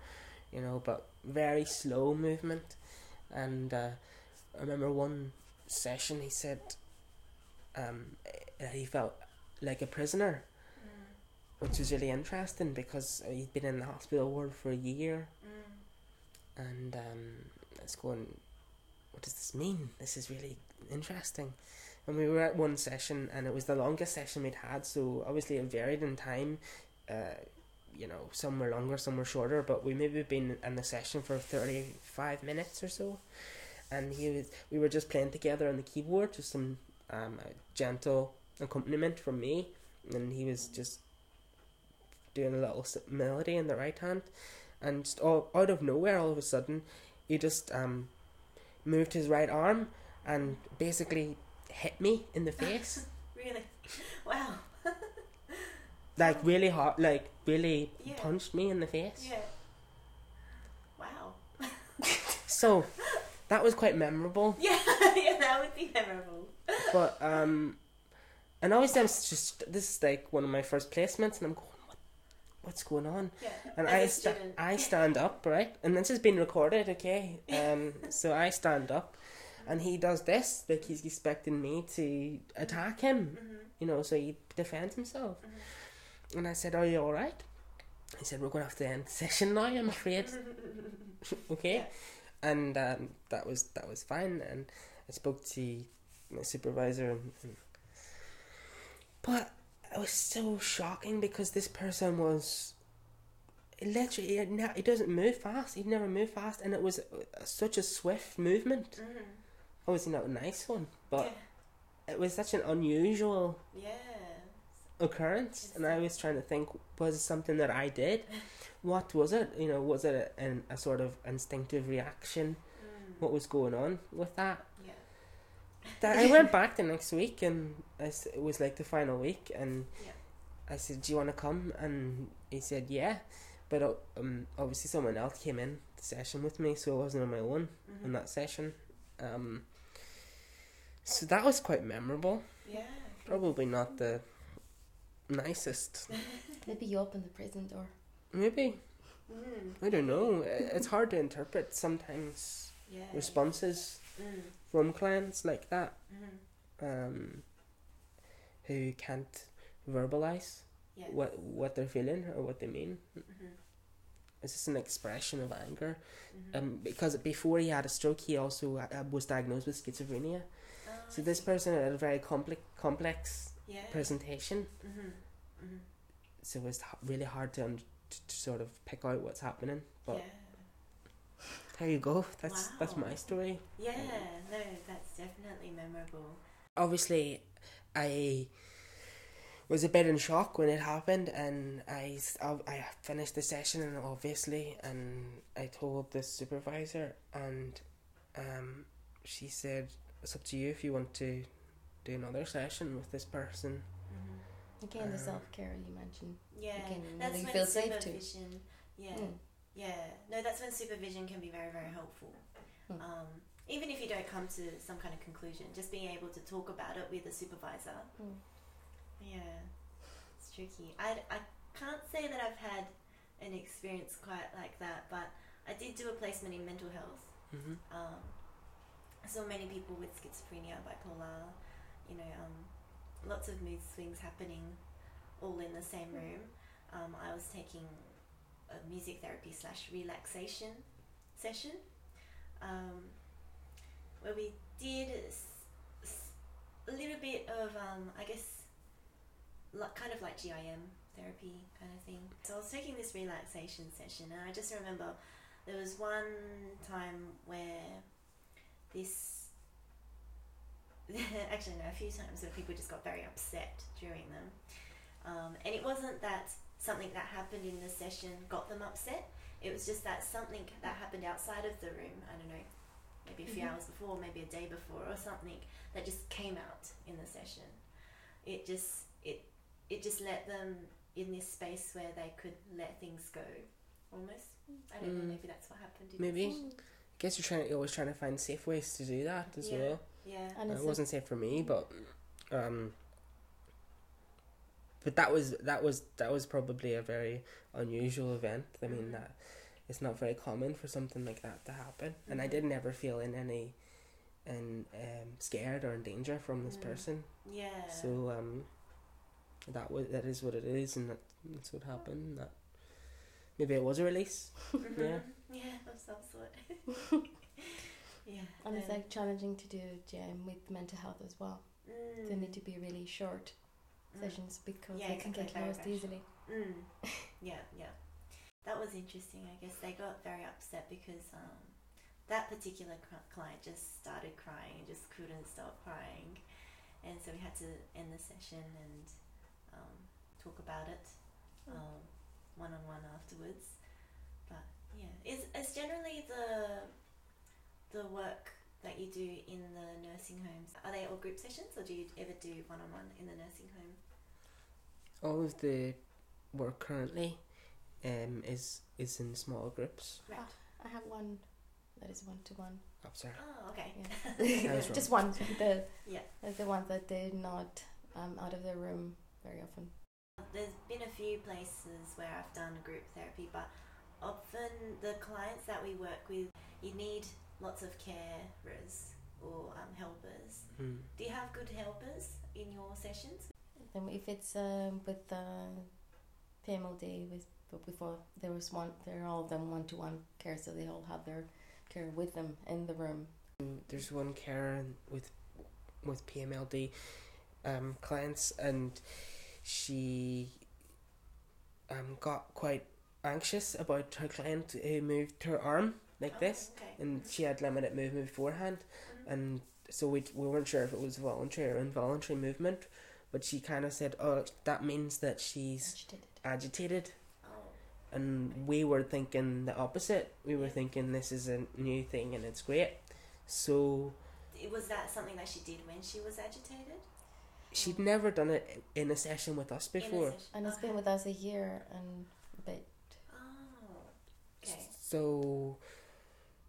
you know but very slow movement and uh, i remember one session he said um, that he felt like a prisoner Mm, which was really interesting because he'd been in the hospital ward for a year mm. and um, it's going, what does this mean? This is really interesting. And we were at one session and it was the longest session we'd had, so obviously it varied in time. Uh, you know, some were longer, some were shorter, but we maybe been in the session for 35 minutes or so. And he was, we were just playing together on the keyboard, just some um, uh, gentle accompaniment from me, and he was just doing a little s- melody in the right hand and just all, out of nowhere, all of a sudden, he just um, moved his right arm and basically hit me in the face, Really? Wow. like really hard, like really Yeah. punched me in the face. Yeah. Wow. So that was quite memorable. Yeah, yeah, that would be memorable. But um, and obviously I'm s- just this is like one of my first placements, and I'm going, what, what's going on? Yeah. And As I a sta- student. I stand up, right? And this has been recorded, okay? Um, so I stand up, and he does this, like he's expecting me to attack him, Mm-hmm. you know, so he defends himself. And I said, Are you alright? He said, We're going to have to end the session now, I'm afraid. Mm-hmm. okay? Yeah. And um, that was that was fine, and I spoke to my supervisor, and, and but it was so shocking because this person was literally he, had ne- he doesn't move fast. He'd never moved fast, and it was uh, such a swift movement. Mm-hmm. Obviously not a nice one, but it was such an unusual Yeah. occurrence, and I was trying to think: was it something that I did? What was it? You know, was it a, an, a sort of instinctive reaction? Mm. What was going on with that? Yeah. that I went back the next week, and I s it was like the final week, and Yeah. I said, "Do you want to come?" And he said, "Yeah," but uh, um, obviously someone else came in the session with me, so I wasn't on my own Mhm. in that session. Um, so that was quite memorable. Yeah. Probably not the nicest. Maybe you open the prison door. Maybe Mm. I don't know. I- It's hard to interpret sometimes Yeah. responses Mm. from clients like that. Mhm. um, who can't verbalize Yeah. what what they're feeling or what they mean. Mhm. It's just an expression of anger. Mhm. Um, because before he had a stroke, he also uh, was diagnosed with schizophrenia. Oh, So I this see. person had a very complex complex Yeah. presentation. Mm-hmm. Mm-hmm. So it was h- really hard to, un- to, to sort of pick out what's happening. But yeah. there you go. That's that's Wow. my story. Yeah. No, that's definitely memorable. obviously I was a bit in shock when it happened and I, s- I- I finished the session and obviously and I told the supervisor and um, she said it's up to you if you want to do another session with this person Mm-hmm. Again, the Um, self care you mentioned. Yeah. can- that's they when feel safe too. supervision. Yeah. Mm. Yeah, no, that's when supervision can be very, very helpful. Mm. Um, even if you don't come to some kind of conclusion, just being able to talk about it with a supervisor. Mm. Yeah, it's tricky. I, I can't say that I've had an experience quite like that, but I did do a placement in mental health. hmm Um, so many people with schizophrenia, bipolar, you know, um, lots of mood swings happening all in the same room. Um, I was taking a music therapy slash relaxation session um, where we did s- s- a little bit of, um, I guess, like, kind of like GIM therapy kind of thing. So I was taking this relaxation session, and I just remember there was one time where this actually no a few times where people just got very upset during them um, and it wasn't that something that happened in the session got them upset it was just that something that happened outside of the room i don't know maybe a few Mhm. hours before maybe a day before or something that just came out in the session it just it it just let them in this space where they could let things go almost i don't Mm. know maybe that's what happened in the Maybe. session. Mm. guess you're trying. You're always trying to find safe ways to do that as Yeah. well. yeah And Uh, it's it a- wasn't safe for me, but um, but that was that was that was probably a very unusual event. I mean Mm-hmm. Mhm. that it's not very common for something like that to happen, and I Mhm. Mm-hmm. didn't ever feel in any and um, scared or in danger from this Mm-hmm. Mm. person. Yeah. Uh. So um, that was that is what it is, and that, that's what happened. That maybe it was a release. Mhm. yeah. Yeah, of some sort. yeah. and it's um, like challenging to do GM with mental health as well. mm, They need to be really short mm, sessions because Yeah, they can exactly, get very, lost very easily. Mm. Yeah, yeah. That was interesting. I guess they got very upset because um, that particular cl- client just started crying and just couldn't stop crying, and so we had to end the session and um, talk about it um, one on one afterwards. But yeah, it's, it's generally the the work that you do in the nursing homes. Are they all group sessions, or do you ever do one on one in the nursing home? All of the work currently um, is is in small groups. Right. I have one that is one to one. Oh, sorry. Oh, okay. I was wrong. Just one. The Yeah. like the ones that they're not um, out of the room very often. There's been a few places where I've done group therapy, but often the clients that we work with, you need lots of carers or um, helpers. Hmm. Do you have good helpers in your sessions? Then if it's um, with the PMLD with but before there was one, they're all of them one to one care, so they all have their care with them in the room. Mm, There's one carer with with PMLD um, clients, and she um, got quite anxious about her client who moved her arm like Oh, this, Okay. and she had limited movement beforehand, Mhm. and so we we weren't sure if it was voluntary or involuntary movement, but she kind of said, "Oh, that means that she's Agitated. agitated." Oh. and we were thinking the opposite. We were Yeah. thinking this is a new thing and it's great. So It- Was that something that she did when she was agitated? she'd never done it in a session with us In a before. session? And it's okay. been with us a year and a bit. Oh. Okay. So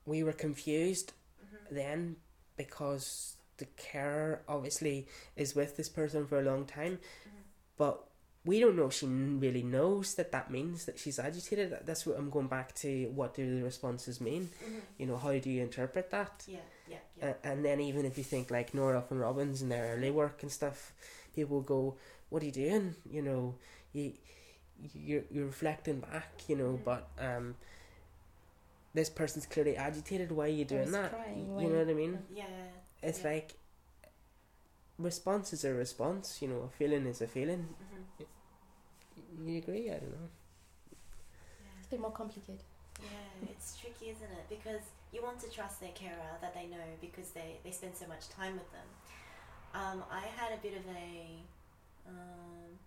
we were confused Mhm. then because the carer obviously is with this person for a long time, Mhm. but we don't know if she n- really knows that that means that she's agitated. That- That's what I'm going back to. What do the responses mean? Mhm. You know, how do you interpret that? Yeah, yeah, yeah. A- and then even if you think like Nordoff and Robbins and their early work and stuff, people go, "What are you doing?" You know, you you're, you're reflecting back, you know, Mhm. but um, this person's clearly agitated. Why are you doing that? There's crying, Y- why you know you- what I mean? yeah. It's Yeah. like response is a response. You know, a feeling is a feeling. Mhm. You agree? I don't know. Yeah. It's a bit more complicated. Yeah, it's tricky, isn't it? Because you want to trust their carer that they know because they, they spend so much time with them. Um, I had a bit of a um,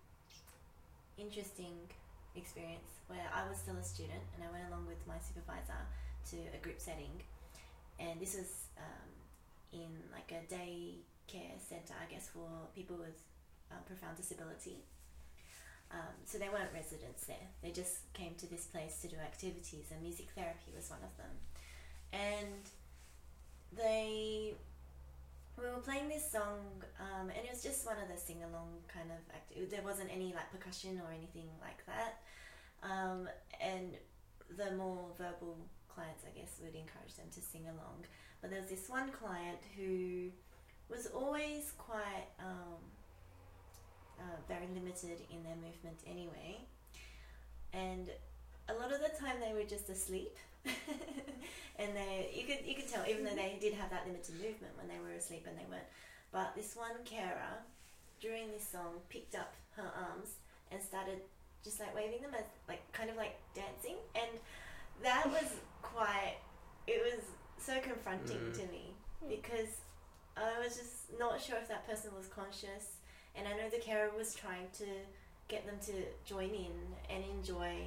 interesting experience where I was still a student and I went along with my supervisor to a group setting, and this was um, in like a day care center, I guess, for people with uh, profound disability. Um, so they weren't residents there. They just came to this place to do activities, and music therapy was one of them. And they we were playing this song, um, and it was just one of the sing along kind of act. There wasn't any like percussion or anything like that. Um, and the more verbal clients, I guess, would encourage them to sing along. But there was this one client who was always quite um, uh, very limited in their movement anyway. And a lot of the time they were just asleep. and they you could you could tell even though they did have that limited movement when they were asleep and they weren't. But this one carer during this song picked up her arms and started just like waving them as like kind of like dancing and that was quite it was so confronting Mm. to me Hmm. because I was just not sure if that person was conscious and I know the carer was trying to get them to join in and enjoy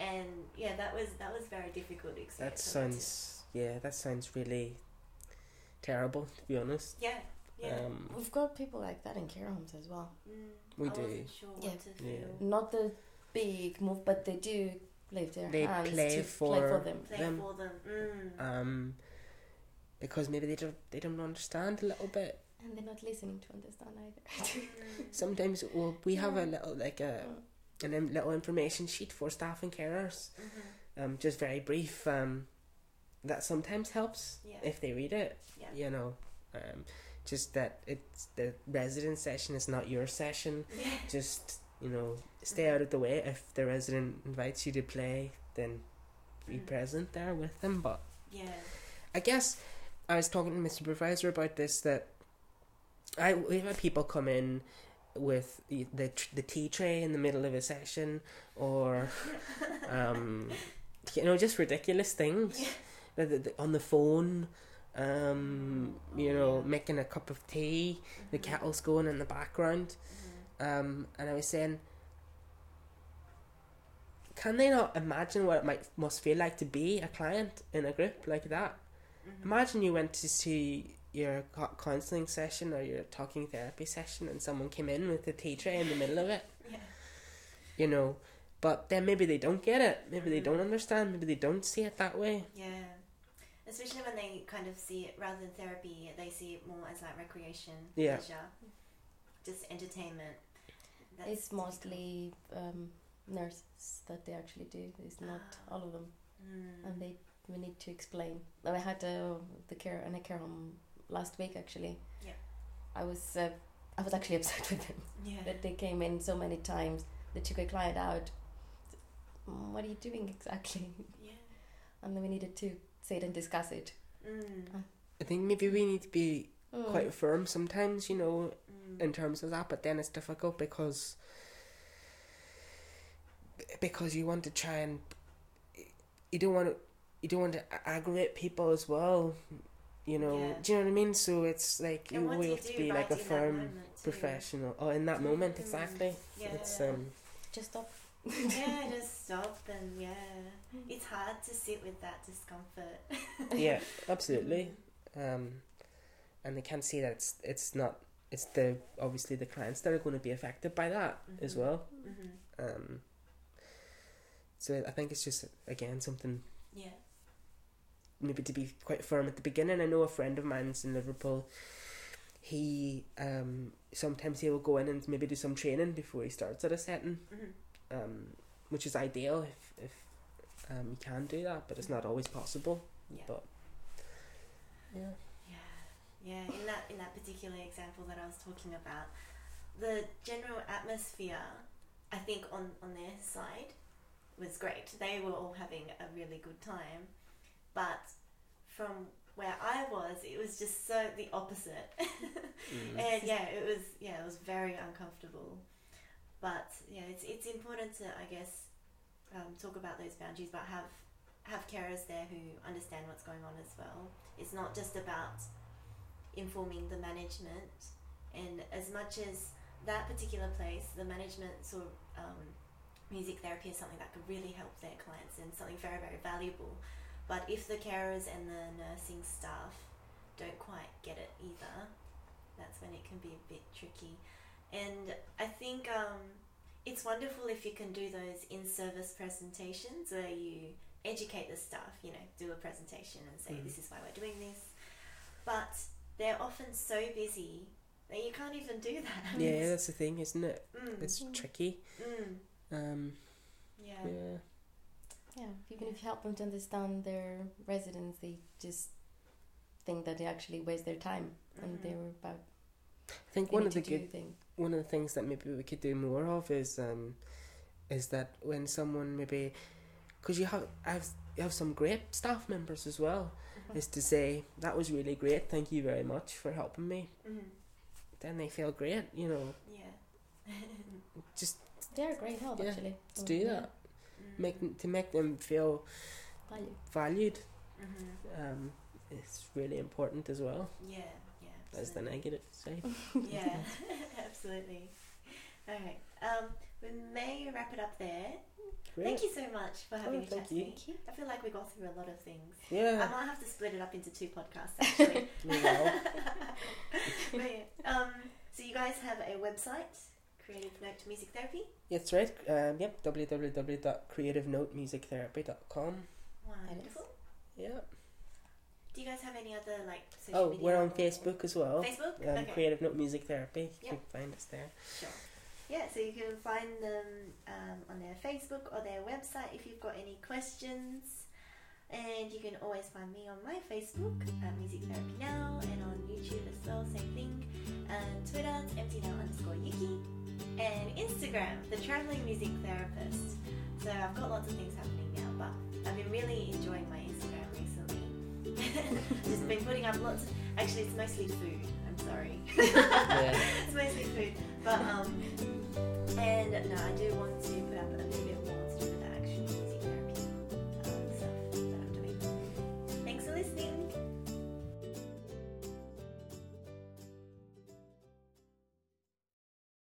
and yeah that was that was very difficult experience That for me too. sounds yeah, that sounds really terrible to be honest. yeah yeah Um, We've got people like that in care homes as well. mm, we I wasn't do. sure Yeah. what to feel Yeah. Mm, Not the big move, but they do leave their They hands play to for- play for them. play Them. for them mm. um, because maybe they don't they don't understand a little bit. And they're not listening to understand either. Mm. Sometimes well, we have a Yeah. little like a an in- little information sheet for staff and carers. Mhm. Um, just very brief. Um, that sometimes helps Yeah. if they read it. Yeah. You know, um, just that it's the resident session is not your session. yeah Just you know, stay Mm. out of the way. If the resident invites you to play, then be Mm. present there with them. But yeah I guess I was talking to my supervisor about this that I we've had people come in with the the, tr- the tea tray in the middle of a session or um you know just ridiculous things The- the- the- on the phone um you know Yeah. making a cup of tea the Mhm. kettle's going in the background Mhm. um and I was saying can they not imagine what it might must feel like to be a client in a group like that Mhm. Imagine you went to see your co- counseling session or your talking therapy session, and someone came in with a tea tray in the middle of it. Mm-hmm. yeah You know, but then maybe they don't get it. Maybe they Mhm. don't understand. Maybe they don't see it that way. yeah especially when they kind of see it rather than therapy they see it more as like recreation Yeah. pleasure just entertainment That's It's mostly um, nurses that they actually do. It's not all of them, Mm. and they we need to explain. I had uh, the care in a care home last week actually. Yeah. I was uh, I was actually upset with them yeah that they came in so many times. They took a client out. "Mm, What are you doing exactly? yeah And then we needed to sit and discuss it. mm. Uh, I think maybe we need to be Mm. quite firm sometimes, you know, Mm. in terms of that. But then it's difficult because because you want to try and you don't want to you don't want to a- aggravate people as well. You know, Yeah. do you know what I mean? So it's like And what we do you have to do be right like a in that firm moment too? professional. Oh, in that moment, exactly. Yeah. It's um, Just stop. yeah, just stop and yeah. It's hard to sit with that discomfort. yeah, absolutely. Um, and they can see that it's it's not it's the obviously the clients that are going to be affected by that as Mhm. well. Mm-hmm. Um, so I think it's just again something Yeah. maybe to be quite firm at the beginning. I know a friend of mine's in Liverpool. He um sometimes he will go in and maybe do some training before he starts at a setting, Mhm. um, which is ideal if if um you can do that, but it's not always possible. Yeah. But yeah, Yeah. Yeah. In that in that particular example that I was talking about, the general atmosphere, I think on on their side, was great. They were all having a really good time, but from where I was, it was just so the opposite. Eh, And yeah, it was yeah, it was very uncomfortable. But yeah, it's it's important to I guess um, talk about those boundaries, but have have carers there who understand what's going on as well. It's not just about informing the management, and as much as that particular place, the management saw um, music therapy as something that could really help their clients and something very very valuable. But if the carers and the nursing staff don't quite get it either, that's when it can be a bit tricky. And I think um, it's wonderful if you can do those in service presentations where you educate the staff, you know, do a presentation and say, this is why we're doing this. But they're often so busy that you can't even do that. Yeah, that's the thing, isn't it? Mm, It's Mm-hmm. tricky. mm, Um, yeah. yeah. Yeah, even if you help them to understand their residents, they just think that they actually waste their time and Mhm. they were about I think they one need of the to do good thing. one of the things that maybe we could do more of is um, is that when someone maybe because you have I've, you have some great staff members as well Mhm. is to say that was really great thank you very much for helping me Mm, then they feel great you know yeah. just They're a great help Yeah, actually. to Oh, do yeah, that Mm, make them- to make them feel Value. valued mhm, um, it's really important as well Yeah, yeah. as the absolutely. negative side yeah, absolutely. All right. Um, we may wrap it up there. great Thank you so much for having Oh, a chat thank to you. me. I feel like we got through a lot of things. I yeah might have to split it up into two podcasts actually. well, But yeah, um, so you guys have a website, Creative Note Music Therapy. it's right um, yep www.creativenotemusictherapy.com Wonderful. yeah Do you guys have any other like social Oh, media we're on or- Facebook as well. Facebook? Um, okay. Creative Note Music Therapy. You Yeah. can find us there. Sure. Yeah, so you can find them um, on their Facebook or their website if you've got any questions. And you can always find me on my Facebook, uh, Music Therapy Now, and on YouTube as well, same thing. And Twitter, it's empty now underscore Yuki. And Instagram, The Traveling Music Therapist. So I've got lots of things happening now, but I've been really enjoying my Instagram recently. Just been putting up lots of, actually, it's mostly food. I'm sorry. Yeah. it's mostly food. But um, and no, I do want to put up a um,